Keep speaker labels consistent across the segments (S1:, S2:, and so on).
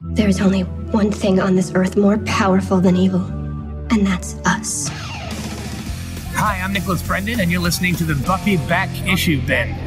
S1: There is only one thing on this earth more powerful than evil, and that's us.
S2: Hi, I'm Nicholas Brendan, and you're listening to the Buffy Back Issue Ben.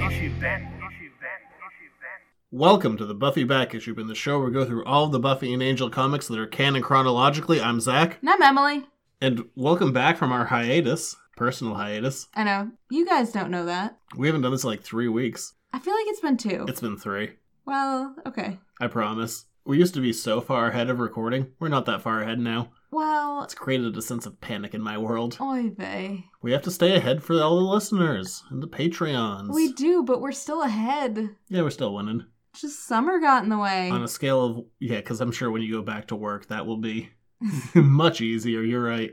S3: Welcome to the Buffy Back Issue Bin, the show where we go through all of the Buffy and Angel comics that are canon chronologically. I'm Zach,
S4: And I'm Emily.
S3: and welcome back from our hiatus, personal hiatus.
S4: I know. You guys don't know that.
S3: We haven't done this in like three weeks.
S4: I feel like it's been two.
S3: It's been three,
S4: Well, okay.
S3: I promise. We used to be so far ahead of recording. We're not that far ahead now.
S4: Well,
S3: It's created a sense of panic in my world.
S4: oy vey.
S3: We have to stay ahead for all the listeners and the Patreons.
S4: We do, but we're still ahead.
S3: yeah, we're still winning.
S4: Just summer got in the way.
S3: On a scale of, yeah, because I'm sure when you go back to work, that will be much easier. You're right.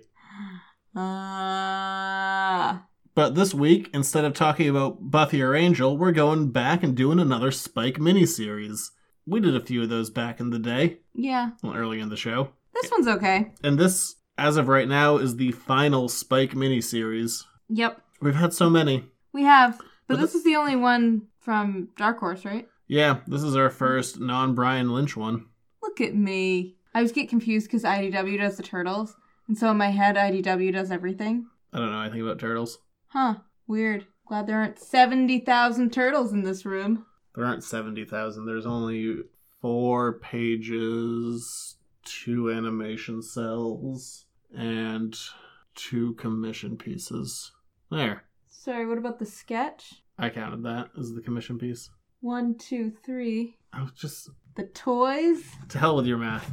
S4: Ah.
S3: But this week, instead of talking about Buffy or Angel, we're going back and doing another Spike miniseries. We did a few of those back in the day,
S4: yeah.
S3: well, early in the show.
S4: This one's okay.
S3: And this, as of right now, is the final Spike miniseries.
S4: Yep.
S3: We've had so many.
S4: We have.
S3: But
S4: But this
S3: the-
S4: is the only one from Dark Horse, right?
S3: Yeah, this is our first non Brian Lynch one.
S4: Look at me. I always get confused because IDW does the turtles. And so in my head, IDW does everything.
S3: I don't know anything about turtles.
S4: Huh. Weird. Glad there aren't 70,000 turtles in this room.
S3: There aren't 70,000, there's only four pages, two animation cells, and two commission pieces. There.
S4: Sorry, what about the sketch?
S3: I counted that as the commission piece.
S4: One, two, three.
S3: I was just
S4: The toys.
S3: to hell with your math.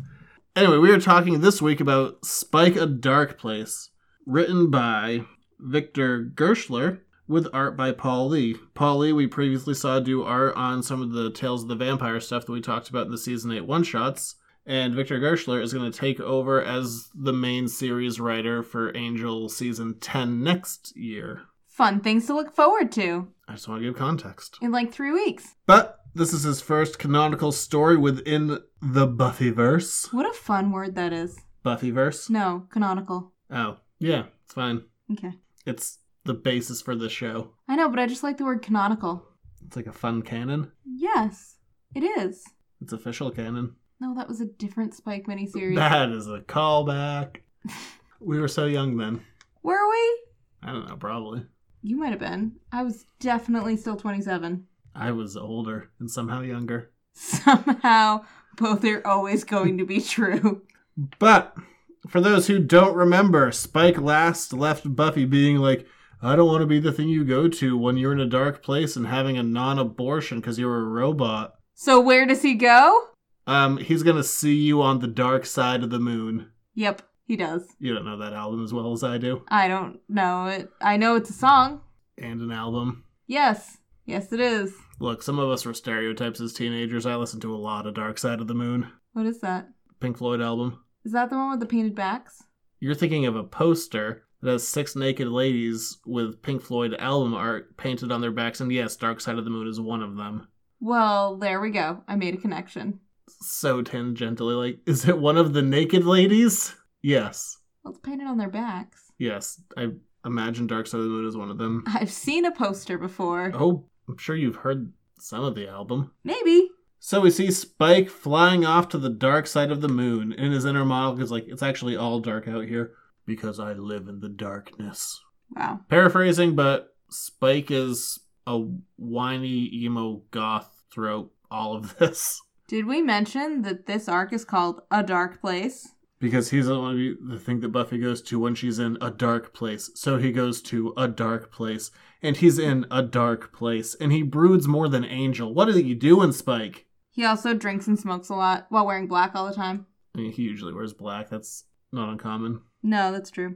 S3: Anyway, we are talking this week about Spike a Dark Place, written by Victor Gershler with art by Paul Lee. Paul Lee, we previously saw do art on some of the Tales of the Vampire stuff that we talked about in the season 8 one shots. And Victor Gershler is going to take over as the main series writer for Angel season 10 next year.
S4: Fun things to look forward to
S3: I just want to give context.
S4: in like three weeks.
S3: But this is his first canonical story within the Buffyverse.
S4: What a fun word that is.
S3: Buffyverse?
S4: No, canonical.
S3: Oh, yeah, it's fine.
S4: Okay.
S3: It's the basis for this show.
S4: I know, but I just like the word canonical.
S3: It's like a fun canon.
S4: Yes, it is.
S3: It's official canon.
S4: No, that was a different Spike miniseries.
S3: That is a callback. we were so young then.
S4: Were we?
S3: I don't know, probably.
S4: You might have been. I was definitely still 27.
S3: I was older and somehow younger.
S4: Somehow, both are always going to be true.
S3: But for those who don't remember, Spike last left Buffy being like, I don't want to be the thing you go to when you're in a dark place and having a non abortion because you're a robot.
S4: So, where does he go?
S3: Um, he's gonna see you on the dark side of the moon.
S4: Yep, he does.
S3: You don't know that album as well as I do,
S4: I don't know it. I know it's a song.
S3: and an album.
S4: Yes. Yes, it is.
S3: Look, some of us were stereotypes as teenagers. I listened to a lot of Dark Side of the Moon,
S4: What is that?
S3: Pink Floyd album.
S4: Is that the one with the painted backs?
S3: You're thinking of a poster that has six naked ladies with Pink Floyd album art painted on their backs, and yes, Dark Side of the Moon is one of them.
S4: Well, there we go. I made a connection.
S3: So tangentially, like, is it one of the naked ladies? Yes,
S4: Well, it's painted on their backs.
S3: yes. I imagine Dark Side of the Moon is one of them.
S4: I've seen a poster before.
S3: Oh, I'm sure you've heard some of the album.
S4: Maybe.
S3: So we see Spike flying off to the dark side of the moon, and his inner monologue is like, It's actually all dark out here because I live in the darkness.
S4: Wow.
S3: Paraphrasing, but Spike is a whiny emo goth throughout all of this
S4: Did we mention that this arc is called A Dark Place?
S3: because he's not want to be the thing that Buffy goes to when she's in a dark place. So he goes to a dark place, and he's in a dark place, and he broods more than Angel. What are you doing, Spike?
S4: He also drinks and smokes a lot while wearing black all the time.
S3: I mean, he usually wears black. That's not uncommon.
S4: No, that's true.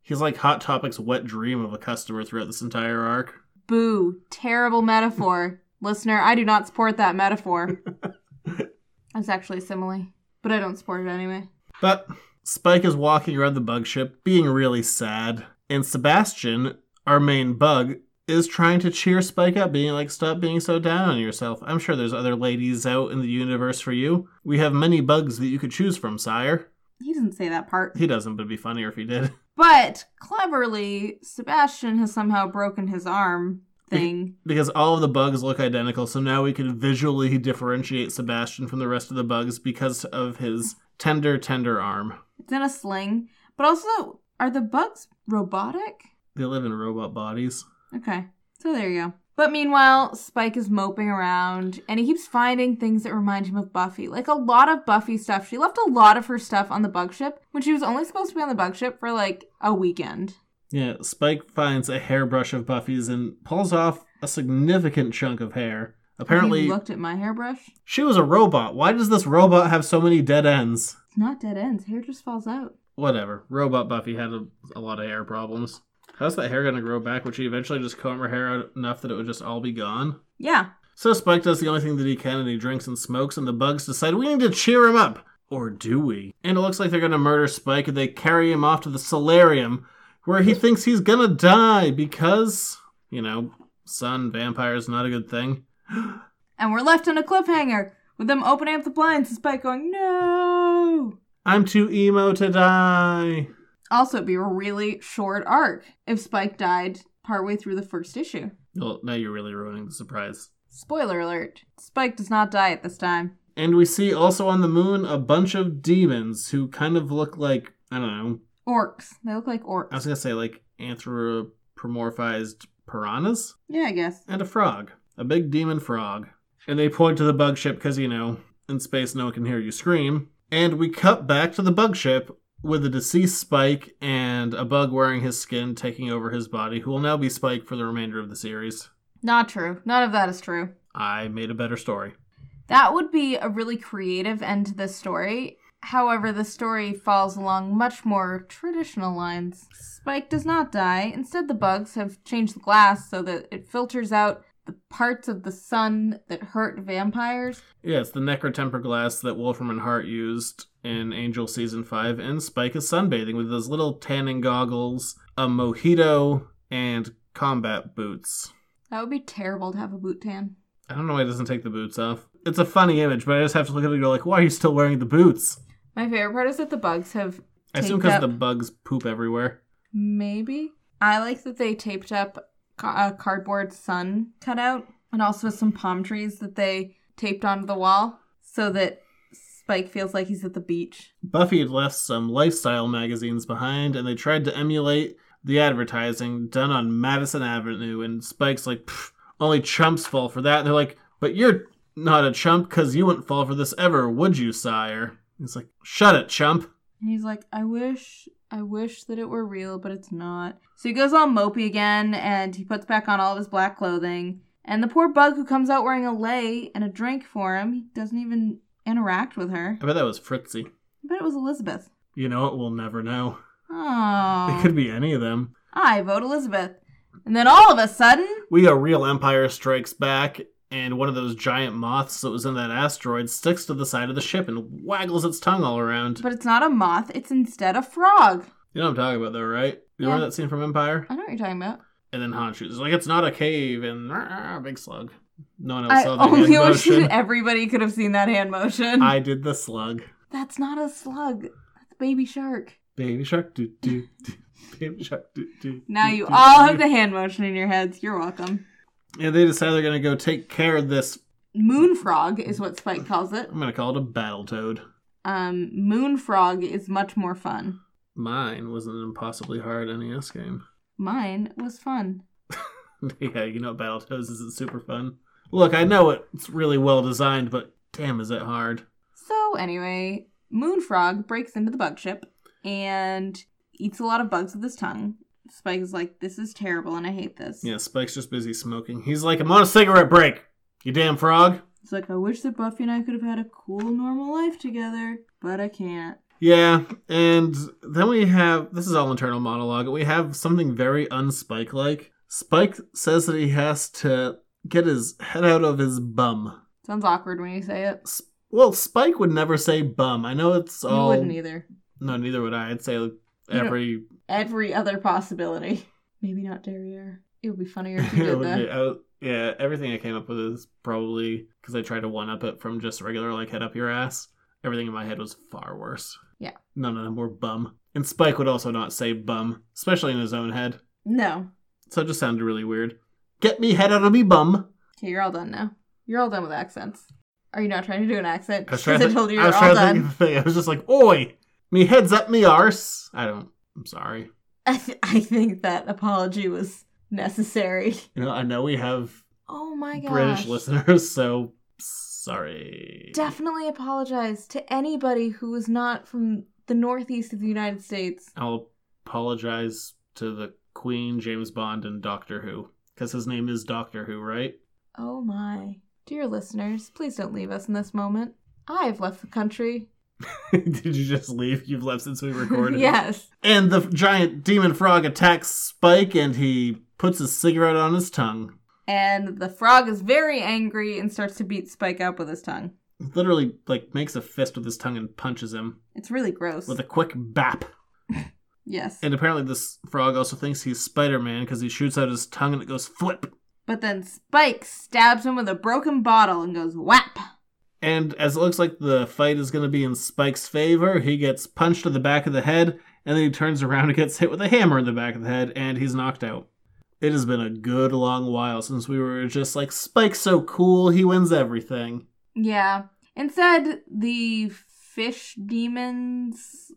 S3: He's like Hot Topic's wet dream of a customer throughout this entire arc.
S4: Boo. Terrible metaphor. Listener, I do not support that metaphor. That's actually a simile, but I don't support it anyway.
S3: But Spike is walking around the bug ship, being really sad. And Sebastian, our main bug, is trying to cheer Spike up, being like, Stop being so down on yourself. I'm sure there's other ladies out in the universe for you. We have many bugs that you could choose from, sire.
S4: He doesn't say that part.
S3: He doesn't, but it'd be funnier if he did.
S4: But cleverly, Sebastian has somehow broken his arm thing.
S3: because all of the bugs look identical. So now we can visually differentiate Sebastian from the rest of the bugs because of his tender, tender arm.
S4: It's in a sling. But also, are the bugs robotic?
S3: They live in robot bodies.
S4: Okay. So there you go. But meanwhile, Spike is moping around and he keeps finding things that remind him of Buffy. Like a lot of Buffy stuff. She left a lot of her stuff on the bug ship when she was only supposed to be on the bug ship for like a weekend.
S3: Yeah, Spike finds a hairbrush of Buffy's and pulls off a significant chunk of hair.
S4: He
S3: Apparently,
S4: looked at my hairbrush.
S3: she was a robot. Why does this robot have so many dead ends?
S4: It's not dead ends. Hair just falls out.
S3: Whatever. Robot Buffy had a, a lot of hair problems. How's that hair going to grow back? Would she eventually just comb her hair out enough that it would just all be gone?
S4: Yeah.
S3: So Spike does the only thing that he can and he drinks and smokes, and the bugs decide we need to cheer him up. Or do we? And it looks like they're gonna murder Spike and they carry him off to the solarium where he thinks he's gonna die because, you know, sun, vampires, not a good thing.
S4: And we're left on a cliffhanger with them opening up the blinds and Spike going, no.
S3: I'm too emo to die.
S4: Also, it'd be a really short arc if Spike died partway through the first issue.
S3: Well, now you're really ruining the surprise.
S4: Spoiler alert Spike does not die at this time.
S3: And we see also on the moon a bunch of demons who kind of look like, I don't know,
S4: Orcs. They look like
S3: I
S4: orcs.
S3: was gonna say like anthropomorphized piranhas?
S4: Yeah, I guess.
S3: and a frog, a big demon frog. And they point to the bug ship because, you know, in space no one can hear you scream. And we cut back to the bug ship with a deceased Spike and a bug wearing his skin taking over his body, who will now be Spike for the remainder of the series.
S4: Not true. None of that is true.
S3: I made a better story.
S4: That would be a really creative end to this story. However, the story falls along much more traditional lines. Spike does not die. Instead, the bugs have changed the glass so that it filters out the parts of the sun that hurt vampires.
S3: Yeah, it's the Necrotemper glass that Wolfram and Hart used in Angel Season 5, and Spike is sunbathing with his little tanning goggles, a mojito, and combat boots.
S4: That would be terrible to have a boot tan.
S3: I don't know why he doesn't take the boots off. It's a funny image, but I just have to look at it and go like, why are you still wearing the boots?
S4: My favorite part is that the bugs have
S3: I assume
S4: Taped
S3: because
S4: up.
S3: the bugs poop everywhere.
S4: Maybe. I like that they taped up ca- a cardboard sun cutout and also some palm trees that they taped onto the wall so that Spike feels like he's at the beach.
S3: Buffy had left some lifestyle magazines behind, and they tried to emulate the advertising done on Madison Avenue. And Spike's like, "Pff, only chumps fall for that. And they're like, but you're not a chump because you wouldn't fall for this ever, would you, sire? He's like, shut it, chump.
S4: And he's like, I wish, I wish that it were real, but it's not. So he goes all mopey again and he puts back on all of his black clothing. And the poor bug who comes out wearing a lei and a drink for him, he doesn't even interact with her.
S3: I bet that was Fritzy.
S4: But it was Elizabeth.
S3: You know what? We'll never know.
S4: Oh.
S3: It could be any of them.
S4: I vote Elizabeth. And then all of a sudden,
S3: we got real Empire Strikes Back, and one of those giant moths that was in that asteroid sticks to the side of the ship and waggles its tongue all around.
S4: But it's not a moth, it's instead a frog.
S3: You know what I'm talking about, though, right? You
S4: Yeah.
S3: remember that scene from Empire?
S4: I know what you're talking about.
S3: And then Han shoots like it's not a cave, and "Rah, big slug. No one else
S4: I
S3: saw the hand
S4: only wish
S3: motion.
S4: that everybody could have seen that hand motion.
S3: I did the slug.
S4: That's not a slug. That's a baby shark.
S3: Baby shark, do do. do. Baby shark, do do.
S4: Now
S3: do,
S4: you
S3: do,
S4: all have
S3: do.
S4: the hand motion in your heads. You're welcome.
S3: And they decide they're gonna go take care of this.
S4: Moon frog is what Spike calls it.
S3: I'm gonna call it a battle toad.
S4: Um, moon frog is much more fun.
S3: Mine was an impossibly hard NES game.
S4: Mine was fun.
S3: yeah, you know Battletoads isn't super fun. Look, I know it's really well designed, but damn is it hard.
S4: So anyway, moon frog breaks into the bug ship and eats a lot of bugs with his tongue. Spike is like, this is terrible and I hate this.
S3: Yeah, Spike's just busy smoking. He's like, I'm on a cigarette break, you damn frog.
S4: It's like, I wish that Buffy and I could have had a cool, normal life together, but I can't.
S3: Yeah, and then we have this is all internal monologue. We have something very unspike like. Spike says that he has to get his head out of his bum.
S4: Sounds awkward when you say it.
S3: S- well, Spike would never say bum. I know it's
S4: You
S3: all.
S4: wouldn't either.
S3: No, neither would I. I'd say like,
S4: don't-
S3: every
S4: Every other possibility. Maybe not derriere. It would be funnier if you
S3: It
S4: did
S3: would
S4: that.
S3: be- I would- yeah, everything I came up with is probably because I tried to one up it from just regular like head up your ass. Everything in my head was far worse.
S4: Yeah.
S3: None of them were bum. And Spike would also not say bum, especially in his own head.
S4: No.
S3: So it just sounded really weird. Get me head out of me bum.
S4: Okay, you're all done now. You're all done with accents. Are you not trying to do an accent?
S3: I was
S4: Because
S3: trying
S4: I,
S3: to think,
S4: told you
S3: I
S4: you're
S3: was
S4: all
S3: trying to think
S4: done.
S3: of the thing. I was just like, oi, me head's up me arse. I don't. I'm sorry.
S4: I, th- I think that apology was necessary.
S3: You know, I know we have
S4: Oh my gosh.
S3: British listeners, so sorry.
S4: Definitely apologize to anybody who is not from the northeast of the United States.
S3: I'll apologize to the Queen, James Bond, and Doctor Who. Because his name is Doctor Who, right?
S4: Oh my. Dear listeners, please don't leave us in this moment. I've left the country.
S3: Did you just leave? You've left since we recorded.
S4: yes.
S3: And the giant demon frog attacks Spike and he puts his cigarette on his tongue.
S4: And the frog is very angry and starts to beat Spike up with his tongue.
S3: Literally, like, makes a fist with his tongue and punches him
S4: It's really gross.
S3: with a quick bap.
S4: yes.
S3: And apparently, this frog also thinks he's Spider Man because he shoots out his tongue and it goes flip.
S4: But then Spike stabs him with a broken bottle and goes whap.
S3: And as it looks like the fight is going to be in Spike's favor, he gets punched to the back of the head, and then he turns around and gets hit with a hammer in the back of the head, and he's knocked out. It has been a good long while since we were just like, Spike's so cool, he wins everything.
S4: Yeah. Instead, the fish demons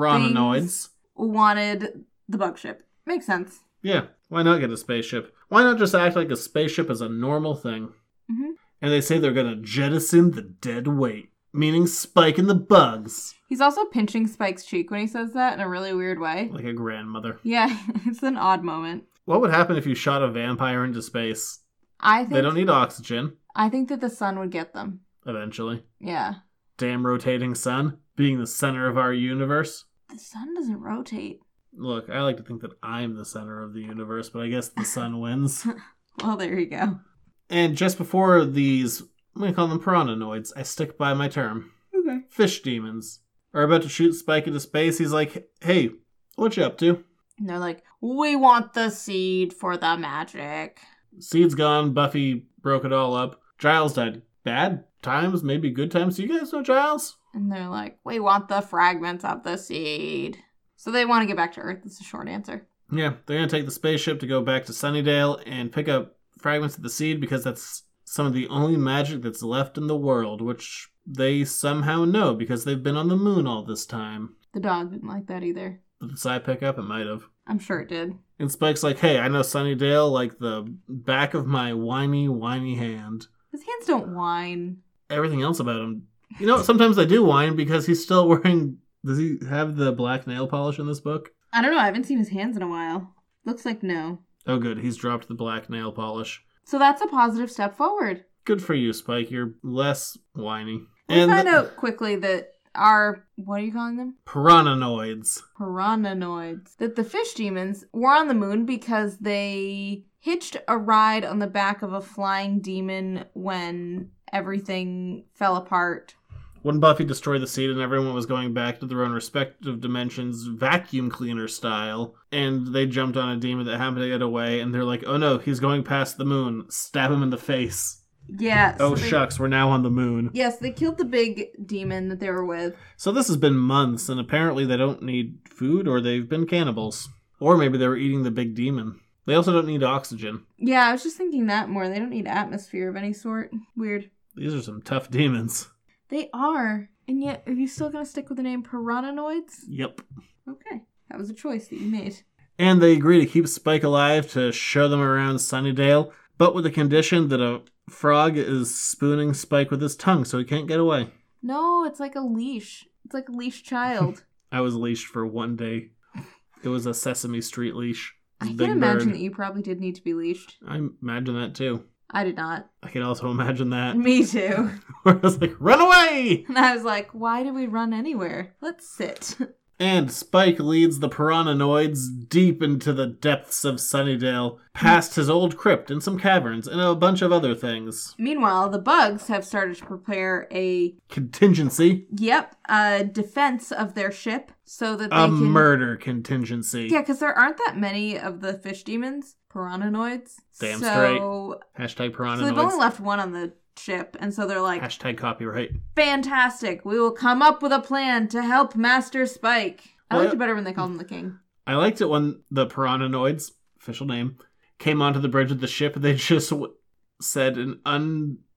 S3: Piranhanoids.
S4: Things. wanted the bug ship. Makes sense.
S3: Yeah, why not get a spaceship? Why not just act like a spaceship is a normal thing?
S4: Mhm.
S3: And they say they're going to jettison the dead weight, meaning Spike and the bugs,
S4: He's also pinching Spike's cheek when he says that in a really weird way.
S3: like a grandmother.
S4: Yeah, it's an odd moment.
S3: What would happen if you shot a vampire into space?
S4: I think
S3: They don't need oxygen
S4: I think that the sun would get them.
S3: eventually.
S4: Yeah.
S3: Damn rotating sun being the center of our universe.
S4: The sun doesn't rotate.
S3: Look, I like to think that I'm the center of the universe, but I guess the sun wins.
S4: Well, there you go.
S3: and just before these, I'm going to call them piranhanoids. I stick by my term.
S4: Okay.
S3: Fish demons are about to shoot Spike into space. He's like, hey, what you up to?
S4: And they're like, "We want the seed for the magic."
S3: Seed's gone. Buffy broke it all up. Giles died. Bad times, maybe good times. Do you guys know Giles?
S4: And they're like, "We want the fragments of the seed." So they want to get back to Earth. That's a short answer.
S3: Yeah, they're gonna take the spaceship to go back to Sunnydale and pick up fragments of the seed because that's some of the only magic that's left in the world, which they somehow know because they've been on the moon all this time.
S4: The dog didn't like that either.
S3: Did the side pick up? It might have.
S4: I'm sure it did.
S3: And Spike's like, hey, I know Sunnydale like the back of my whiny, whiny hand.
S4: His hands don't whine.
S3: Everything else about him. You know, sometimes I do whine because he's still wearing. Does he have the black nail polish in this book?
S4: I don't know. I haven't seen his hands in a while. Looks like no.
S3: Oh, good. He's dropped the black nail polish.
S4: So that's a positive step forward.
S3: Good for you, Spike. You're less whiny.
S4: We find
S3: the-
S4: out quickly that our what are you calling them?
S3: Piranhanoids.
S4: Piranhanoids. That the fish demons were on the moon because they hitched a ride on the back of a flying demon when everything fell apart.
S3: When Buffy destroyed the seed and everyone was going back to their own respective dimensions, vacuum cleaner style, and they jumped on a demon that happened to get away, and they're like, oh no, he's going past the moon. Stab him in the face.
S4: Yes.
S3: Oh
S4: they-
S3: shucks, we're now on the moon.
S4: Yes, they killed the big demon that they were with.
S3: So this has been months, and apparently they don't need food, or they've been cannibals. Or maybe they were eating the big demon. They also don't need oxygen.
S4: Yeah, I was just thinking that more. They don't need atmosphere of any sort. Weird.
S3: These are some tough demons.
S4: They are. And yet, are you still going to stick with the name Piranhanoids?
S3: Yep.
S4: Okay. That was a choice that you made.
S3: and they agree to keep Spike alive to show them around Sunnydale, but with the condition that a frog is spooning Spike with his tongue so he can't get away.
S4: No, it's like a leash. It's like a leash child.
S3: I was leashed for one day. It was a Sesame Street leash.
S4: I
S3: Big
S4: can imagine
S3: bird.
S4: that you probably did need to be leashed.
S3: I imagine that too.
S4: I did not.
S3: I can also imagine that.
S4: Me too.
S3: Where I was like, run away!
S4: And I was like, why do we run anywhere? Let's sit.
S3: And Spike leads the Piranhanoids deep into the depths of Sunnydale, past his old crypt and some caverns and a bunch of other things.
S4: Meanwhile, the bugs have started to prepare a
S3: Contingency.
S4: yep, a defense of their ship so that they
S3: a
S4: can
S3: murder contingency.
S4: Yeah, because there aren't that many of the fish demons, piranhanoids.
S3: Damn
S4: so,
S3: Hashtag
S4: So they've
S3: piranhanoids.
S4: only left one on the ship, and so they're like,
S3: Hashtag copyright.
S4: fantastic. We will come up with a plan to help Master Spike. I
S3: Well,
S4: liked it better when they called him the king.
S3: I liked it when the piranhanoids, official name, came onto the bridge of the ship, they just w- said an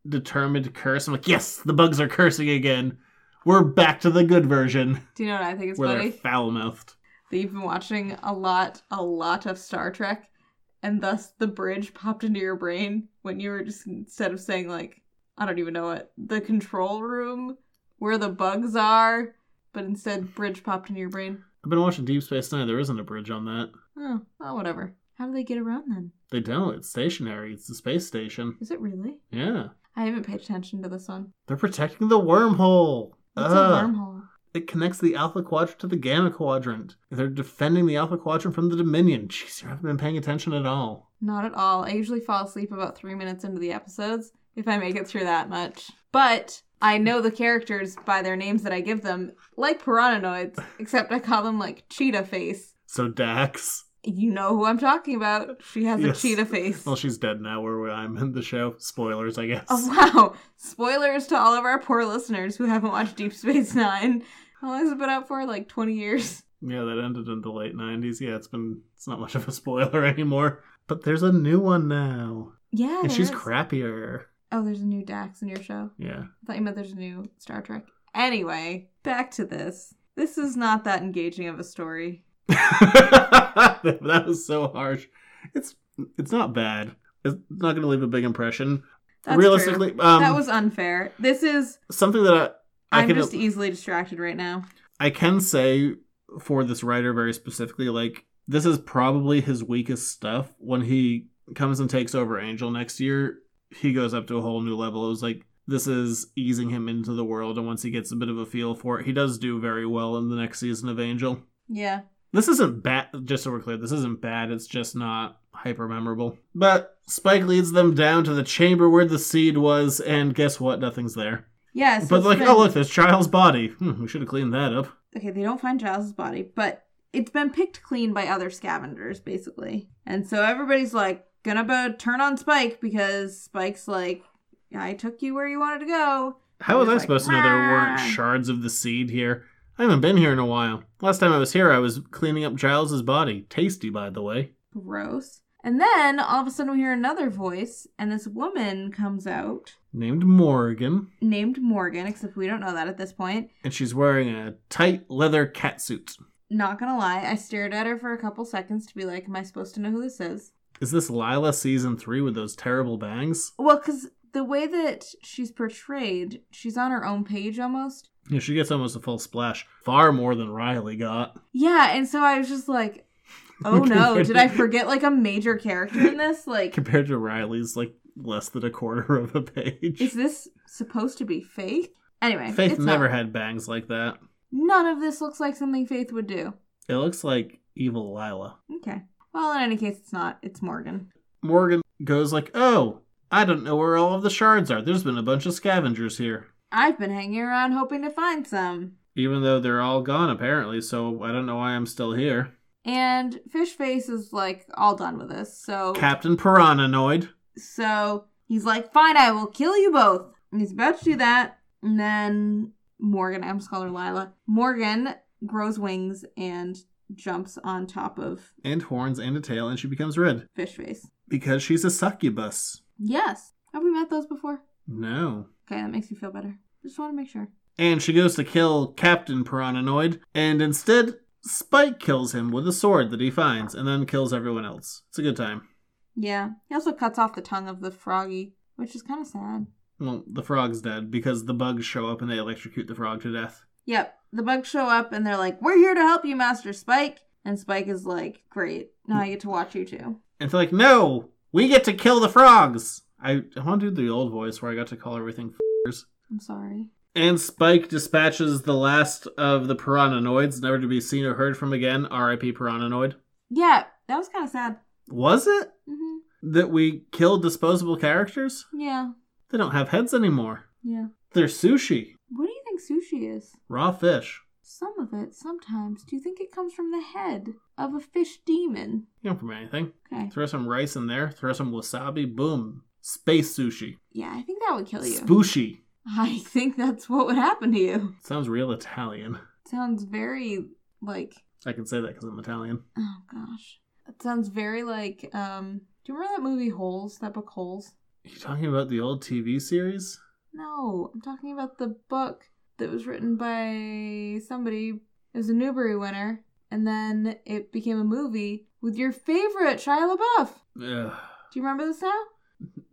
S3: undetermined curse. I'm like, yes, the bugs are cursing again. We're back to the good version
S4: Do you know what I think is
S3: where
S4: funny?
S3: they're foul mouthed.
S4: that you've been watching a lot, a lot of Star Trek, and thus the bridge popped into your brain when you were just instead of saying like, I don't even know what the control room where the bugs are, but instead bridge popped into your brain.
S3: I've been watching Deep Space Nine. There isn't a bridge on that.
S4: Oh, well, whatever. How do they get around then?
S3: They don't. It's stationary. It's the space station.
S4: Is it really?
S3: Yeah.
S4: I haven't paid attention to this one.
S3: They're protecting the wormhole.
S4: What's
S3: Ugh.
S4: a wormhole?
S3: It connects the Alpha Quadrant to the Gamma Quadrant. They're defending the Alpha Quadrant from the Dominion. Jeez, you haven't been paying attention at all.
S4: Not at all. I usually fall asleep about three minutes into the episodes if I make it through that much. But I know the characters by their names that I give them, like Piranoids, except I call them like Cheetah Face.
S3: So Dax.
S4: You know who I'm talking about. She has
S3: Yes.
S4: a cheetah face.
S3: Well, she's dead now where I'm in the show. Spoilers, I guess.
S4: Oh, wow. Spoilers to all of our poor listeners who haven't watched Deep Space Nine. How long has it been out for? Like 20 years.
S3: Yeah, that ended in the late 90s. Yeah, it's been it's not much of a spoiler anymore. But there's a new one now.
S4: Yeah.
S3: and
S4: Oh, there
S3: she's
S4: is.
S3: crappier.
S4: Oh, there's a new Dax in your show.
S3: Yeah.
S4: I thought you meant there's a new Star Trek. Anyway, back to this. This is not that engaging of a story.
S3: that was so harsh. It's it's not bad. It's not going to leave a big impression.
S4: That's
S3: Realistically,
S4: true.
S3: um
S4: that was unfair. This is.
S3: something that I I
S4: I'm
S3: could-
S4: just easily distracted right now.
S3: I can say for this writer very specifically, like this is probably his weakest stuff. When he comes and takes over Angel next year, he goes up to a whole new level. It was like this is easing him into the world, and once he gets a bit of a feel for it, he does do very well in the next season of Angel.
S4: Yeah.
S3: This isn't bad. Just so we're clear, this isn't bad. It's just not hyper memorable. But Spike leads them down to the chamber where the seed was, and guess what? Nothing's there.
S4: Yes. Yeah, so
S3: but
S4: it's
S3: like,
S4: been-
S3: oh look, there's Child's body. Hmm, we should have cleaned that up.
S4: Okay, they don't find Giles' body, but it's been picked clean by other scavengers, basically. And so everybody's like, gonna bo- turn on Spike because Spike's like, I took you where you wanted to go.
S3: How was
S4: He's
S3: I
S4: like,
S3: supposed to know there weren't
S4: "Rah."
S3: shards of the seed here? I haven't been here in a while. Last time I was here, I was cleaning up Giles's body. Tasty, by the way.
S4: Gross. And then all of a sudden we hear another voice, and this woman comes out
S3: Named Morgan,
S4: named Morgan, except we don't know that at this point.
S3: and she's wearing a tight leather catsuit.
S4: Not gonna lie, I stared at her for a couple seconds to be like, am I supposed to know who this is?
S3: Is this Lila season three with those terrible bangs?
S4: Well, because the way that she's portrayed, she's on her own page almost.
S3: Yeah, she gets almost a full splash, far more than Riley got.
S4: Yeah, and so I was just like, oh no, did I forget like a major character in this? Like,
S3: Compared to Riley's, like less than a quarter of a page.
S4: is this supposed to be Faith? Anyway,
S3: Faith
S4: it's
S3: never
S4: not.
S3: had bangs like that.
S4: None of this looks like something Faith would do.
S3: It looks like evil Lila.
S4: Okay. Well, in any case, it's not. It's Morgan.
S3: Morgan goes like, "Oh, I don't know where all of the shards are. There's been a bunch of scavengers here,
S4: I've been hanging around hoping to find some.
S3: even though they're all gone apparently. So I don't know why I'm still here."
S4: And Fishface is like all done with this. So
S3: Captain Pirananoid.
S4: so he's like, fine, I will kill you both. And he's about to do that. And then Morgan, I'm scholar Lila. Morgan grows wings and jumps on top of
S3: And horns and a tail, and she becomes red
S4: Fishface.
S3: because she's a succubus.
S4: Yes. Have we met those before?
S3: No.
S4: Okay, that makes me feel better. Just want to make sure.
S3: And she goes to kill Captain Pirananoid, and instead, Spike kills him with a sword that he finds, and then kills everyone else. It's a good time.
S4: Yeah. He also cuts off the tongue of the froggy, which is kind of sad.
S3: Well, the frog's dead because the bugs show up and they electrocute the frog to death.
S4: Yep. The bugs show up and they're like, We're here to help you, Master Spike. And Spike is like, Great. Now I get to watch you too.
S3: And they're like, no, we get to kill the frogs. I, I want to do the old voice where I got to call everything f***ers.
S4: I'm sorry.
S3: And Spike dispatches the last of the Pirananoids, never to be seen or heard from again. R.I.P. Pirananoid.
S4: Yeah, that was kind of sad.
S3: Was it
S4: hmm
S3: that we killed disposable characters?
S4: Yeah.
S3: They don't have heads anymore.
S4: Yeah.
S3: They're sushi,
S4: What do you think sushi is?
S3: raw fish.
S4: Some of it, sometimes. Do you think it comes from the head of a fish demon?
S3: You don't from anything.
S4: Okay.
S3: Throw some rice in there. Throw some wasabi. Boom. Space sushi.
S4: Yeah, I think that would kill you.
S3: Spooshy.
S4: I think that's what would happen to you.
S3: Sounds real Italian.
S4: Sounds very like
S3: I can say that because I'm Italian.
S4: oh gosh. It sounds very like um Do you remember that movie Holes? That book Holes?
S3: You talking about the old TV series?
S4: No, I'm talking about the book that was written by somebody. It was a Newbery winner, and then it became a movie with your favorite Shia LaBeouf.
S3: Ugh,
S4: Do you remember this now?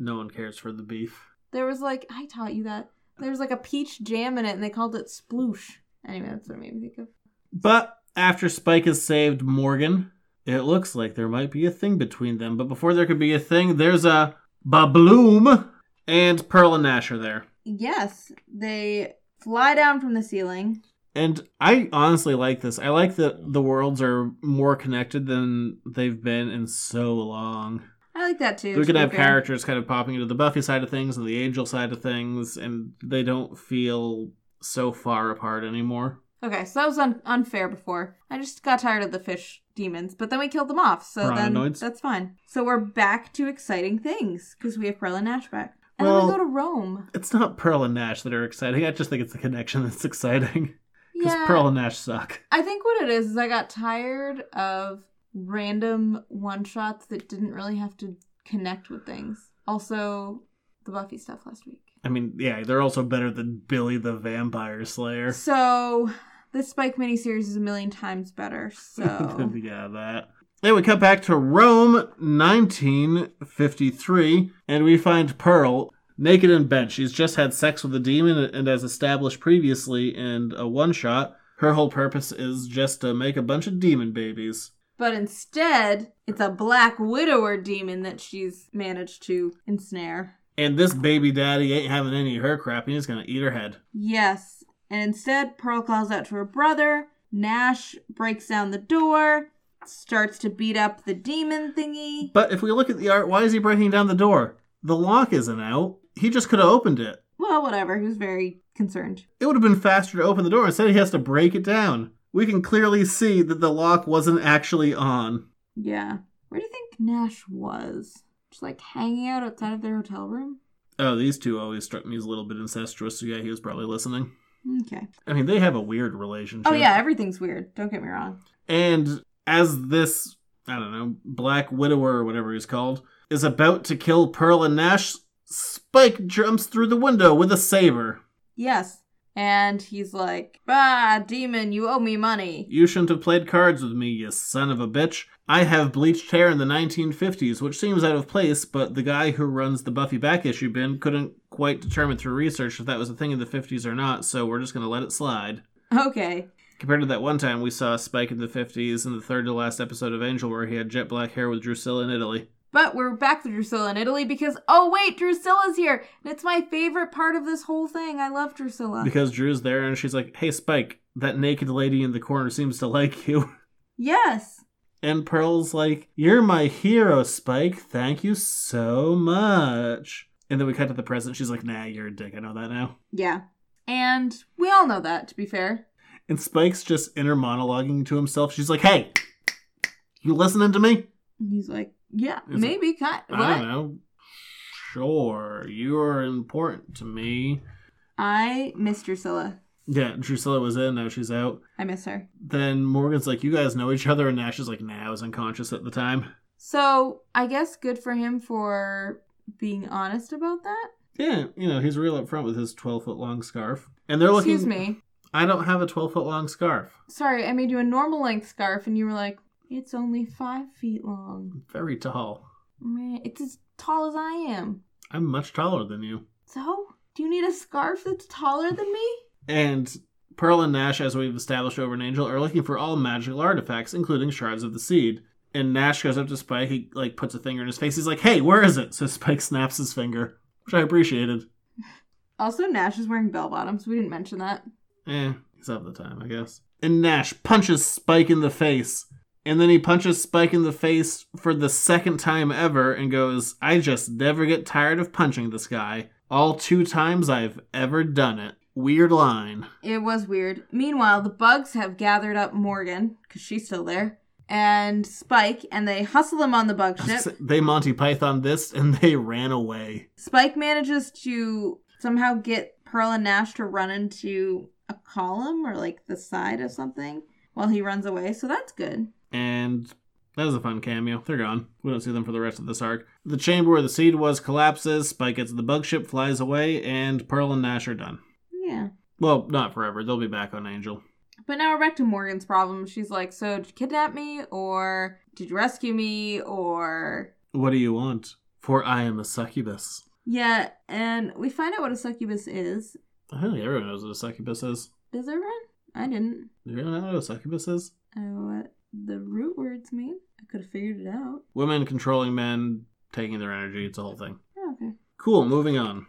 S3: no one cares for the beef.
S4: There was like I taught you that. There was like a peach jam in it, and they called it sploosh. Anyway, that's what it made me think of.
S3: But after Spike has saved Morgan, it looks like there might be a thing between them. But before there could be a thing, there's a Babloom and Pearl and Nash are there.
S4: Yes, they fly down from the ceiling.
S3: And I honestly like this. I like that the worlds are more connected than they've been in so long.
S4: I like that
S3: we
S4: too. to
S3: could
S4: be
S3: have
S4: fair.
S3: characters kind of popping into the Buffy side of things and the Angel side of things, and they don't feel so far apart anymore.
S4: Okay, so that was un- unfair before. I just got tired of the fish demons, but then we killed them off, so then
S3: Piranhanoids.
S4: that's fine. So we're back to exciting things because we have Pearl and Nash back, and then we
S3: Well-
S4: go to Rome.
S3: It's not Pearl and Nash that are exciting. I just think it's the connection that's exciting. Because
S4: Yeah,
S3: Pearl and Nash suck.
S4: I think what it is is I got tired of random one shots that didn't really have to connect with things. Also, the Buffy stuff last week.
S3: I mean, yeah, they're also better than Billy the Vampire Slayer.
S4: So this Spike miniseries is a million times better. So
S3: yeah, that. Then we cut back to Rome, 1953, and we find Pearl naked in bed. She's just had sex with a demon, and as established previously in a one shot, her whole purpose is just to make a bunch of demon babies.
S4: But instead, it's a black widower demon that she's managed to ensnare.
S3: And this baby daddy ain't having any of her crap, and he's gonna eat her head.
S4: Yes. And instead, Pearl calls out to her brother. Nash breaks down the door, starts to beat up the demon thingy.
S3: But if we look at the art, why is he breaking down the door? The lock isn't out. He just could have opened it.
S4: Well, whatever. He was very concerned.
S3: It would have been faster to open the door. Instead, he has to break it down. We can clearly see that the lock wasn't actually on.
S4: Yeah. Where do you think Nash was? Just like hanging out outside of their hotel room?
S3: Oh, these two always struck me as a little bit incestuous, so yeah, he was probably listening.
S4: Okay.
S3: I mean, they have a weird relationship.
S4: Oh, yeah. Everything's weird. Don't get me wrong.
S3: And as this, I don't know, Black Widower or whatever he's called, is about to kill Pearl and Nash, Spike jumps through the window with a saber.
S4: Yes. And he's like, Ah, demon, you owe me money.
S3: You shouldn't have played cards with me, you son of a bitch. I have bleached hair in the 1950s, which seems out of place, but the guy who runs the Buffy back issue bin couldn't quite determine through research if that was a thing in the 50s or not, so we're just going to let it slide.
S4: Okay.
S3: Compared to that one time we saw Spike in the 50s in the third to last episode of Angel, where he had jet black hair with Drusilla in Italy.
S4: But we're back to Drusilla in Italy because, oh, wait, Drusilla's here. And it's my favorite part of this whole thing. I love Drusilla.
S3: Because Drew's there and she's like, hey, Spike, that naked lady in the corner seems to like you.
S4: yes.
S3: And Pearl's like, You're my hero, Spike. Thank you so much. And then we cut to the present. She's like, Nah, you're a dick. I know that now.
S4: Yeah. And we all know that, to be fair.
S3: And Spike's just inner monologuing to himself. She's like, Hey, you listening to me?
S4: And he's like, yeah,
S3: Is it-
S4: maybe. Kind, what?
S3: I don't know. Sure, you're important to me.
S4: I miss Drusilla.
S3: Yeah, Drusilla was in, now she's out.
S4: I miss her.
S3: Then Morgan's like, You guys know each other? And Nash is like, Nah, I was unconscious at the time.
S4: So I guess good for him for being honest about that.
S3: Yeah, you know, he's real up front with his 12 foot long scarf. And they're looking.
S4: Excuse me.
S3: I don't have a 12 foot long scarf.
S4: sorry, I made you a normal length scarf, and you were like, it's only five feet long.
S3: Very tall.
S4: Meh, It's as tall as I am.
S3: I'm much taller than you.
S4: So, do you need a scarf that's taller than me?
S3: And Pearl and Nash, as we've established over an angel, are looking for all magical artifacts, including shards of the seed. And Nash goes up to Spike. He like puts a finger in his face. He's like, "Hey, where is it?" So Spike snaps his finger, which I appreciated.
S4: Also, Nash is wearing bell bottoms. We didn't mention that.
S3: Eh, he's up the time, I guess. And Nash punches Spike in the face. And then he punches Spike in the face for the second time ever and goes, I just never get tired of punching this guy. All two times I've ever done it. Weird line.
S4: It was weird. Meanwhile, the bugs have gathered up Morgan, because she's still there, and Spike, and they hustle him on the bug ship.
S3: They Monty Python this and they ran away.
S4: Spike manages to somehow get Pearl and Nash to run into a column or like the side of something while he runs away, so that's good.
S3: And That was a fun cameo. They're gone. We don't see them for the rest of this arc. The chamber where the seed was collapses. Spike gets the bug ship, flies away, and Pearl and Nash are done.
S4: Yeah.
S3: Well, not forever. They'll be back on Angel.
S4: But now we're back to Morgan's problem. She's like, so did you kidnap me? Or did you rescue me? Or.
S3: What do you want? For I am a succubus.
S4: Yeah, and we find out what a succubus is.
S3: I think everyone knows what a succubus is.
S4: Does everyone? I didn't.
S3: Do you really not know what a succubus is?
S4: I don't know what the root words mean. I could have figured it out.
S3: Women controlling men, taking their energy. It's a whole thing.
S4: Oh, okay.
S3: Cool, moving on.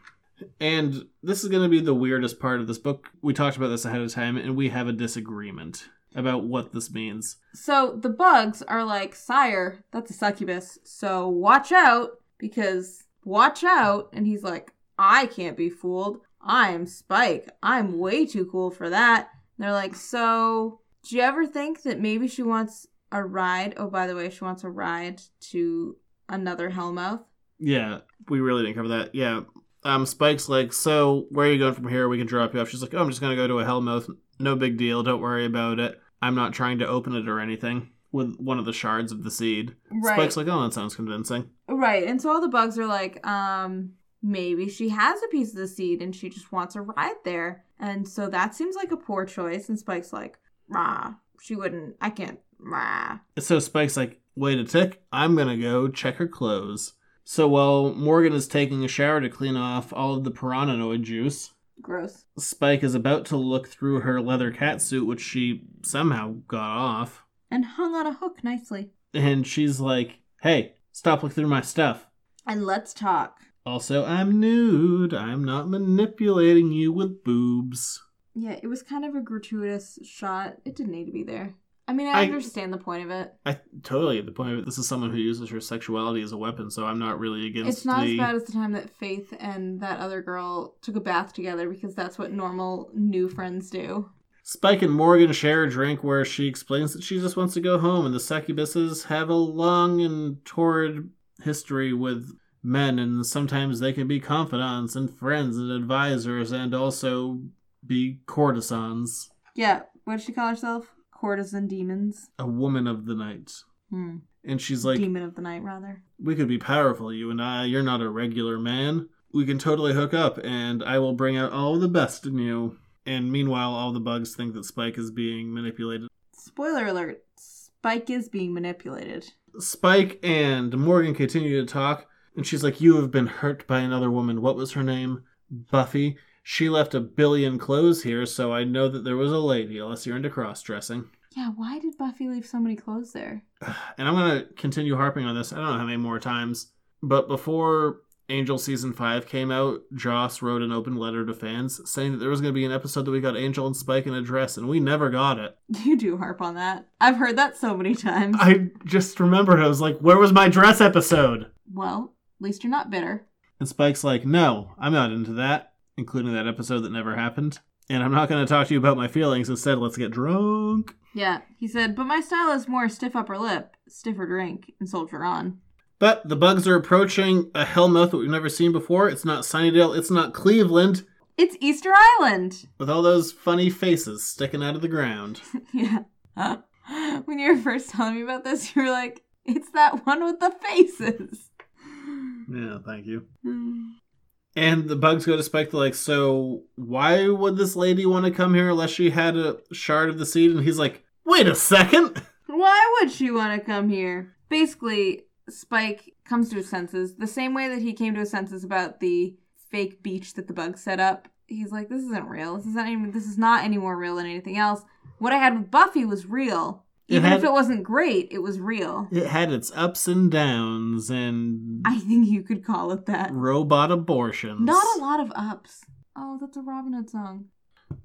S3: And this is going to be the weirdest part of this book. We talked about this ahead of time, and we have a disagreement about what this means.
S4: So the bugs are like, Sire, that's a succubus. So watch out, because watch out. And he's like, I can't be fooled. I'm Spike. I'm way too cool for that. And they're like, So, do you ever think that maybe she wants a ride? Oh, by the way, she wants a ride to another Hellmouth.
S3: Yeah, we really didn't cover that. Yeah. Um, Spike's like, so where are you going from here? We can drop you off. She's like, oh, I'm just gonna go to a Hellmouth. No big deal. Don't worry about it. I'm not trying to open it or anything. With one of the shards of the seed. Spike's like, oh, that sounds convincing.
S4: Right. And so all the bugs are like, um, maybe she has a piece of the seed and she just wants a ride there. And so that seems like a poor choice. And Spike's like, rah, she wouldn't, I can't, rah.
S3: So Spike's like, wait a tick. I'm gonna go check her clothes. So while Morgan is taking a shower to clean off all of the piranhanoid juice,
S4: Gross.
S3: Spike is about to look through her leather catsuit, which she somehow got off.
S4: And hung on a hook nicely.
S3: And she's like, hey, stop looking through my stuff.
S4: And let's talk.
S3: Also, I'm nude. I'm not manipulating you with boobs.
S4: Yeah, it was kind of a gratuitous shot. It didn't need to be there. I mean, I,
S3: I-
S4: understand the point of it.
S3: I totally get the point of it. This is someone who uses her sexuality as a weapon, so I'm not really against
S4: It's not
S3: the.
S4: as bad as the time that Faith and that other girl took a bath together because that's what normal new friends do.
S3: Spike and Morgan share a drink where she explains that she just wants to go home, and the succubuses have a long and torrid history with men, and sometimes they can be confidants and friends and advisors, and also be courtesans.
S4: Yeah, what did she call herself? Courtesan demons.
S3: A woman of the night.
S4: Hmm.
S3: And she's like,
S4: Demon of the night, rather.
S3: We could be powerful, you and I. You're not a regular man. We can totally hook up, and I will bring out all the best in you. And meanwhile, all the bugs think that Spike is being manipulated.
S4: Spoiler alert Spike is being manipulated.
S3: Spike and Morgan continue to talk, and she's like, You have been hurt by another woman. What was her name? Buffy. She left a billion clothes here, so I know that there was a lady, unless you're into cross dressing.
S4: Yeah, why did Buffy leave so many clothes there?
S3: And I'm going to continue harping on this. I don't know how many more times. But before Angel Season 5 came out, Joss wrote an open letter to fans saying that there was going to be an episode that we got Angel and Spike in a dress, and we never got it.
S4: You do harp on that. I've heard that so many times.
S3: I just remembered. I was like, where was my dress episode?
S4: Well, at least you're not bitter.
S3: And Spike's like, no, I'm not into that, including that episode that never happened. And I'm not going to talk to you about my feelings. Instead, let's get drunk.
S4: Yeah, he said, but my style is more stiff upper lip, stiffer drink, and soldier on.
S3: But the bugs are approaching a hellmouth that we've never seen before. It's not Sunnydale. It's not Cleveland.
S4: It's Easter Island!
S3: With all those funny faces sticking out of the ground.
S4: yeah. When you were first telling me about this, you were like, it's that one with the faces.
S3: yeah, thank you.
S4: Hmm.
S3: And the bugs go to Spike. They're like, so why would this lady want to come here unless she had a shard of the seed? And he's like, wait a second.
S4: Why would she want to come here? Basically, Spike comes to his senses the same way that he came to his senses about the fake beach that the bug set up. He's like, this isn't real. This isn't even. This is not any more real than anything else. What I had with Buffy was real.
S3: It
S4: Even if
S3: had-
S4: it wasn't great, it was real.
S3: It had its ups and downs and
S4: I think you could call it that.
S3: Mm. robot abortions.
S4: Not a lot of ups. Oh, that's a Robin Hood song.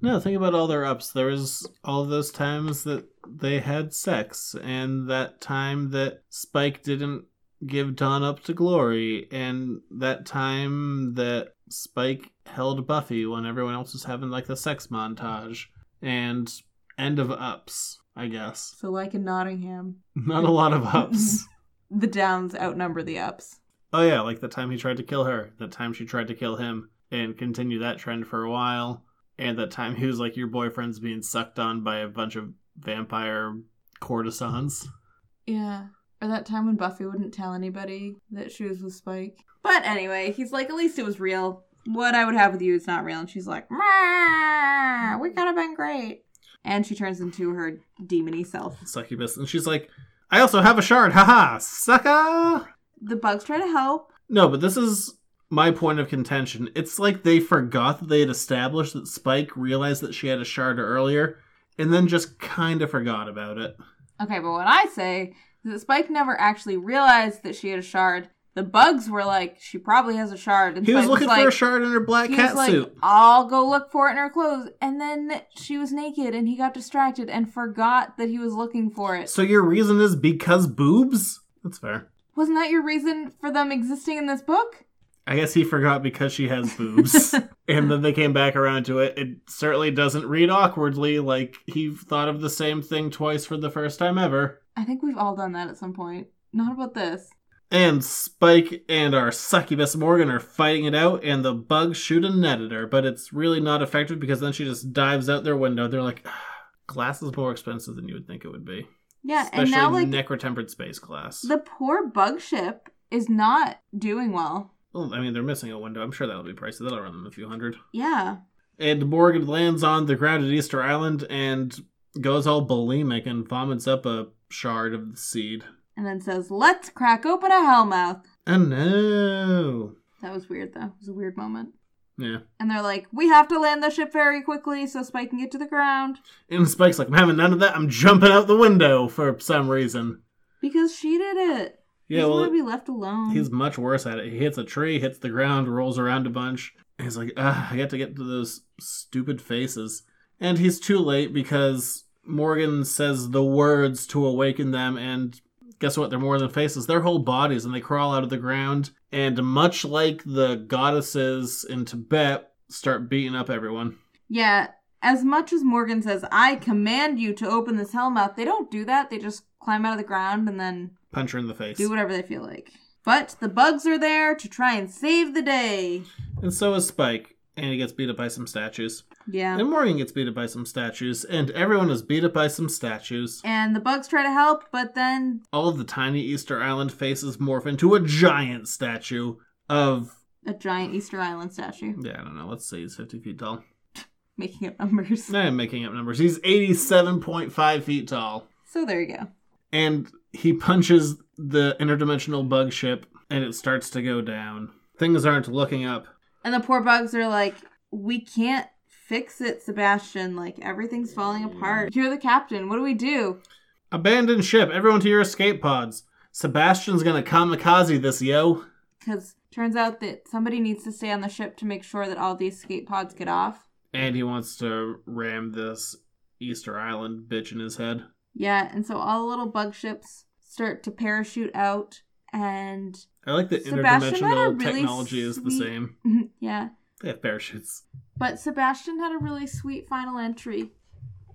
S3: No, think about all their ups. There was all those times that they had sex, and that time that Spike didn't give Dawn up to glory, and that time that Spike held Buffy when everyone else was having like the sex montage, and end of ups, I guess.
S4: So, like in Nottingham,
S3: Not a lot of ups.
S4: the downs outnumber the ups.
S3: Oh yeah, like the time he tried to kill her, that time she tried to kill him, and continue that trend for a while, and that time he was like, "Your boyfriend's being sucked on by a bunch of vampire courtesans."
S4: Yeah. Or that time when Buffy wouldn't tell anybody that she was with Spike. But anyway, he's like, at least it was real. What I would have with you is not real. And she's like, "Meh, we could have been great. And she turns into her demony self.
S3: Succubus. And she's like, I also have a shard. Haha, sucker.
S4: The bugs try to help.
S3: No, but this is my point of contention. It's like they forgot that they had established that Spike realized that she had a shard earlier and then just kind of forgot about it.
S4: Okay, but what I say is that Spike never actually realized that she had a shard. The bugs were like, she probably has a shard. And
S3: He was
S4: Spike
S3: looking for a
S4: like-
S3: shard in her black
S4: He
S3: cat
S4: was like,
S3: suit.
S4: I'll go look for it in her clothes. And then she was naked and he got distracted and forgot that he was looking for it.
S3: So your reason is because boobs? That's fair.
S4: Wasn't that your reason for them existing in this book?
S3: I guess he forgot because she has boobs. and then they came back around to it. It certainly doesn't read awkwardly like he thought of the same thing twice for the first time ever.
S4: I think we've all done that at some point. Not about this.
S3: And Spike and our succubus Morgan are fighting it out, and the bugs shoot a net at her, but it's really not effective because then she just dives out their window. They're like, "Ah, glass is more expensive than you would think it would be.
S4: Yeah,
S3: Especially
S4: and now like
S3: necrotempered space glass.
S4: the poor bug ship is not doing well.
S3: Well, I mean, they're missing a window. I'm sure that'll be pricey. That'll run them a few hundred.
S4: Yeah.
S3: And Morgan lands on the ground at Easter Island and goes all bulimic and vomits up a shard of the seed.
S4: And then says, Let's crack open a hellmouth.
S3: And no.
S4: That was weird though. It was a weird moment.
S3: Yeah.
S4: And they're like, We have to land the ship very quickly so Spike can get to the ground.
S3: And Spike's like, I'm having none of that. I'm jumping out the window for some reason.
S4: Because she did it.
S3: Yeah,
S4: He's
S3: well,
S4: to be left alone.
S3: he's much worse at it. He hits a tree, hits the ground, rolls around a bunch. He's like, ah, I got to get to those stupid faces. And he's too late because Morgan says the words to awaken them, and guess what? They're more than faces. They're whole bodies, and they crawl out of the ground. And much like the goddesses in Tibet, start beating up everyone.
S4: Yeah, as much as Morgan says, I command you to open this hellmouth, they don't do that. They just climb out of the ground and then
S3: Punch her in the face.
S4: do whatever they feel like. But the bugs are there to try and save the day.
S3: And so is Spike, and he gets beat up by some statues.
S4: Yeah.
S3: And Morgan gets beat up by some statues, and everyone is beat up by some statues.
S4: And the bugs try to help, but then
S3: All of the tiny Easter Island faces morph into a giant statue of.
S4: a giant Easter Island statue
S3: Yeah, I don't know. Let's say he's 50 feet tall.
S4: making up numbers.
S3: I'm making up numbers. He's 87.5 feet tall.
S4: So there you go.
S3: And he punches the interdimensional bug ship, and it starts to go down. Things aren't looking up.
S4: And the poor bugs are like, We can't fix it, Sebastian. Like, everything's falling apart. You're the captain. What do we do?
S3: Abandon ship. Everyone to your escape pods. Sebastian's gonna kamikaze this, yo.
S4: Because turns out that somebody needs to stay on the ship to make sure that all the escape pods get off.
S3: And he wants to ram this Easter Island bitch in his head.
S4: Yeah, and so all the little bug ships start to parachute out, and
S3: I like that
S4: Sebastian had a
S3: interdimensional
S4: really
S3: technology is the
S4: sweet-
S3: same.
S4: yeah.
S3: They have parachutes.
S4: But Sebastian had a really sweet final entry,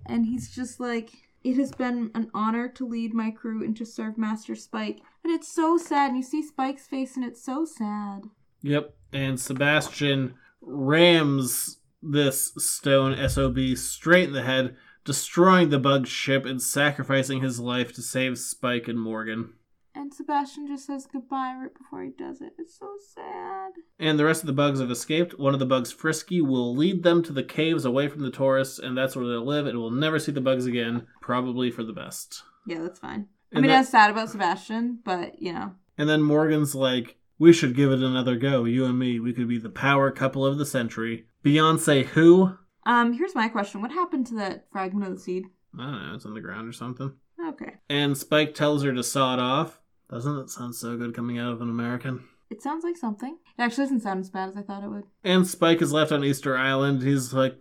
S4: and he's just like, It has been an honor to lead my crew and to serve Master Spike. And it's so sad, and you see Spike's face, and it's so sad.
S3: Yep. And Sebastian rams this stone SOB straight in the head, destroying the bug ship and sacrificing his life to save Spike and Morgan.
S4: And Sebastian just says goodbye right before he does it. It's so sad.
S3: And the rest of the bugs have escaped. One of the bugs, Frisky, will lead them to the caves away from the tourists, and that's where they'll live and will never see the bugs again, probably for the best.
S4: Yeah, that's fine. I
S3: And
S4: mean,
S3: that-
S4: I was sad about Sebastian, but you know.
S3: And then Morgan's like, we should give it another go. You and me, we could be the power couple of the century. Beyonce, who?
S4: Um, here's my question: What happened to that fragment of the seed?
S3: I don't know, it's on the ground or something.
S4: Okay,
S3: And Spike tells her to saw it off. Doesn't it sound so good coming out of an American?
S4: it sounds like something. It actually doesn't sound as bad as I thought it would.
S3: And Spike is left on Easter Island. He's like,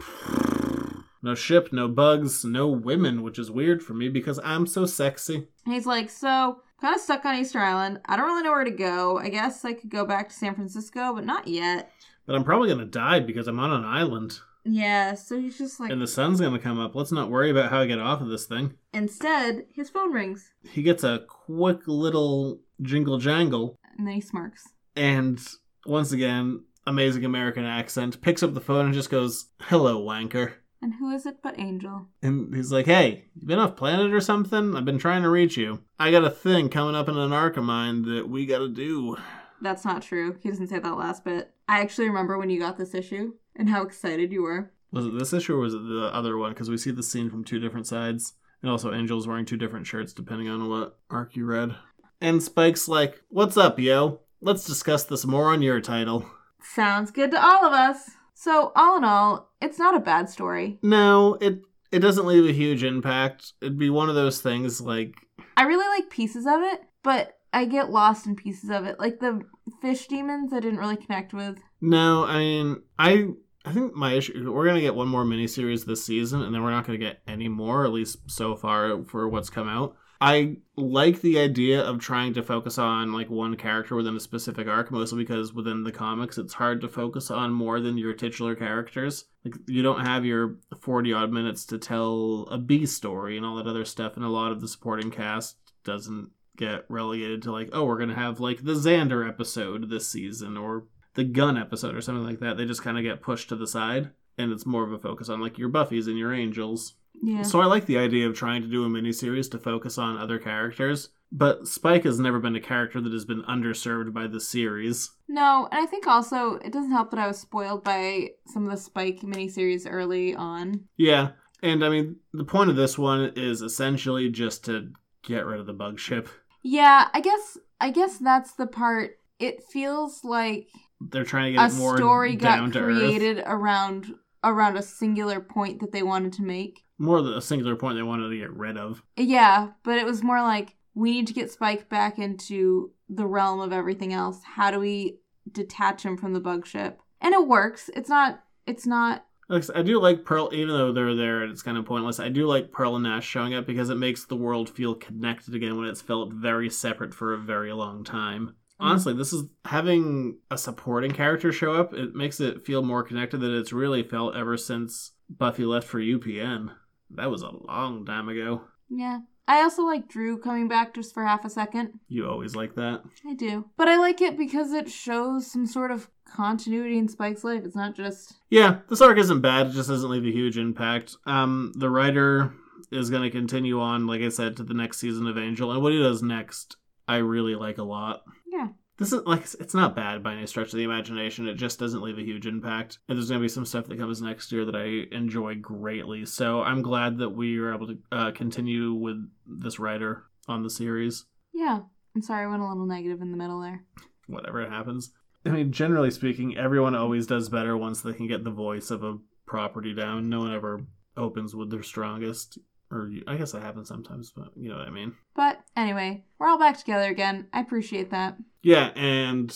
S3: no ship, no bugs, no women, which is weird for me because I'm so sexy.
S4: And he's like, "So, kind of stuck on Easter Island. I don't really know where to go. I guess I could go back to San Francisco, but not yet."
S3: But I'm probably gonna die because I'm on an island
S4: Yeah, so he's just like,
S3: and the sun's gonna come up. Let's not worry about how I get off of this thing.
S4: instead, his phone rings,
S3: He gets a quick little jingle jangle
S4: and then he smirks.
S3: and once again, amazing American accent, picks up the phone and just goes, Hello, wanker.
S4: And who is it but Angel?
S3: And he's like, hey, you been off planet or something? I've been trying to reach you. I got a thing coming up in an arc of mine that we gotta do.
S4: That's not true. He doesn't say that last bit. I actually remember when you got this issue and how excited you were.
S3: Was it this issue or was it the other one? Because we see the scene from two different sides. And also, Angel's wearing two different shirts depending on what arc you read. And Spike's like, what's up, yo? Let's discuss this more on your title.
S4: Sounds good to all of us. So, all in all, it's not a bad story.
S3: No, it it doesn't leave a huge impact. It'd be one of those things like
S4: I really like pieces of it, but I get lost in pieces of it. Like the fish demons, I didn't really connect with.
S3: no, I mean I I think my issue we're gonna get one more miniseries this season and then we're not gonna get any more, at least so far for what's come out. I like the idea of trying to focus on like one character within a specific arc, mostly because within the comics it's hard to focus on more than your titular characters. Like you don't have your forty odd minutes to tell a B story and all that other stuff, and a lot of the supporting cast doesn't get relegated to like, oh, we're gonna have like the Xander episode this season or the gun episode or something like that. They just kinda get pushed to the side and it's more of a focus on like your Buffys and your Angels.
S4: Yeah.
S3: So I like the idea of trying to do a miniseries to focus on other characters, but Spike has never been a character that has been underserved by the series.
S4: No, and I think also it doesn't help that I was spoiled by some of the Spike miniseries early on.
S3: Yeah, and I mean the point of this one is essentially just to get rid of the bug ship.
S4: Yeah, I guess I guess that's the part. It feels like
S3: They're trying to
S4: a
S3: get it more
S4: story
S3: down
S4: got
S3: to earth.
S4: created around around a singular point that they wanted to make.
S3: More than a singular point they wanted to get rid of.
S4: Yeah, but it was more like we need to get Spike back into the realm of everything else. How do we detach him from the bug ship? And it works. It's not. It's not.
S3: Like I said, I do like Pearl, even though they're there and it's kind of pointless. I do like Pearl and Nash showing up because it makes the world feel connected again when it's felt very separate for a very long time. Honestly, this is having a supporting character show up. It makes it feel more connected than it's really felt ever since Buffy left for UPN. That was a long time ago.
S4: Yeah. I also like Drew coming back just for half a second.
S3: You always like that.
S4: I do. But I like it because it shows some sort of continuity in Spike's life. It's not just.
S3: Yeah, this arc isn't bad. It just doesn't leave a huge impact. Um, the writer is going to continue on, like I said, to the next season of Angel, and what he does next, I really like a lot.
S4: Yeah.
S3: This is like it's not bad by any stretch of the imagination. It just doesn't leave a huge impact, and there's going to be some stuff that comes next year that I enjoy greatly. So I'm glad that we were able to uh, continue with this writer on the series.
S4: Yeah. I'm sorry, I went a little negative in the middle there.
S3: Whatever happens. I mean, generally speaking, everyone always does better once they can get the voice of a property down. No one ever opens with their strongest, or I guess that happens sometimes, but you know what I mean.
S4: But anyway, we're all back together again. I appreciate that.
S3: Yeah, and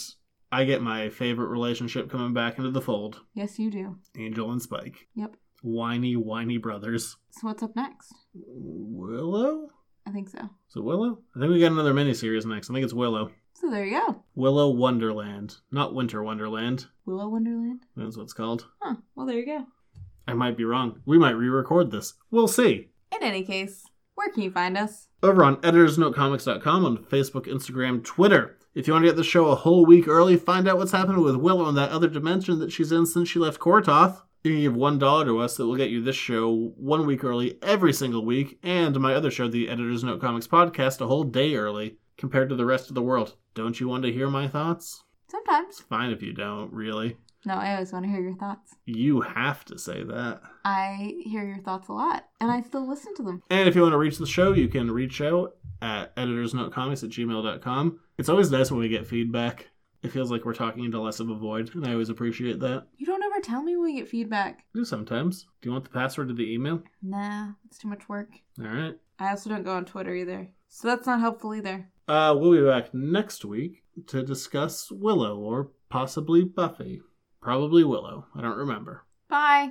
S3: I get my favorite relationship coming back into the fold:
S4: Yes, you do.
S3: Angel and Spike.
S4: Yep.
S3: Whiny, whiny brothers.
S4: So what's up next?
S3: Willow?
S4: I think so.
S3: Is it Willow? I think we got another miniseries next. I think it's Willow.
S4: So there you go.
S3: Willow Wonderland. Not Winter Wonderland.
S4: Willow Wonderland.
S3: That's what it's called.
S4: Huh. Well, there you go.
S3: I might be wrong. We might re record this. We'll see.
S4: In any case, where can you find us?
S3: Over on editorsnotecomics.com on Facebook, Instagram, Twitter. If you want to get the show a whole week early, find out what's happening with Willow in that other dimension that she's in since she left Kortoth. You can give $1 to us that will get you this show one week early every single week, and my other show, the Editor's Note Comics podcast, a whole day early compared to the rest of the world. Don't you want to hear my thoughts?
S4: Sometimes.
S3: Fine if you don't, really.
S4: No, I always want to hear your thoughts.
S3: You have to say that.
S4: I hear your thoughts a lot, and I still listen to them.
S3: And if you want to reach the show, you can reach out at editorsnotecomics at gmail.com. It's always nice when we get feedback. It feels like we're talking into less of a void, and I always appreciate that.
S4: You don't ever tell me when we get feedback.
S3: I do sometimes. Do you want the password to the email?
S4: Nah, it's too much work.
S3: All right.
S4: I also don't go on Twitter either, so that's not helpful either.
S3: Uh, we'll be back next week to discuss Willow or possibly Buffy. Probably Willow. I don't remember.
S4: Bye.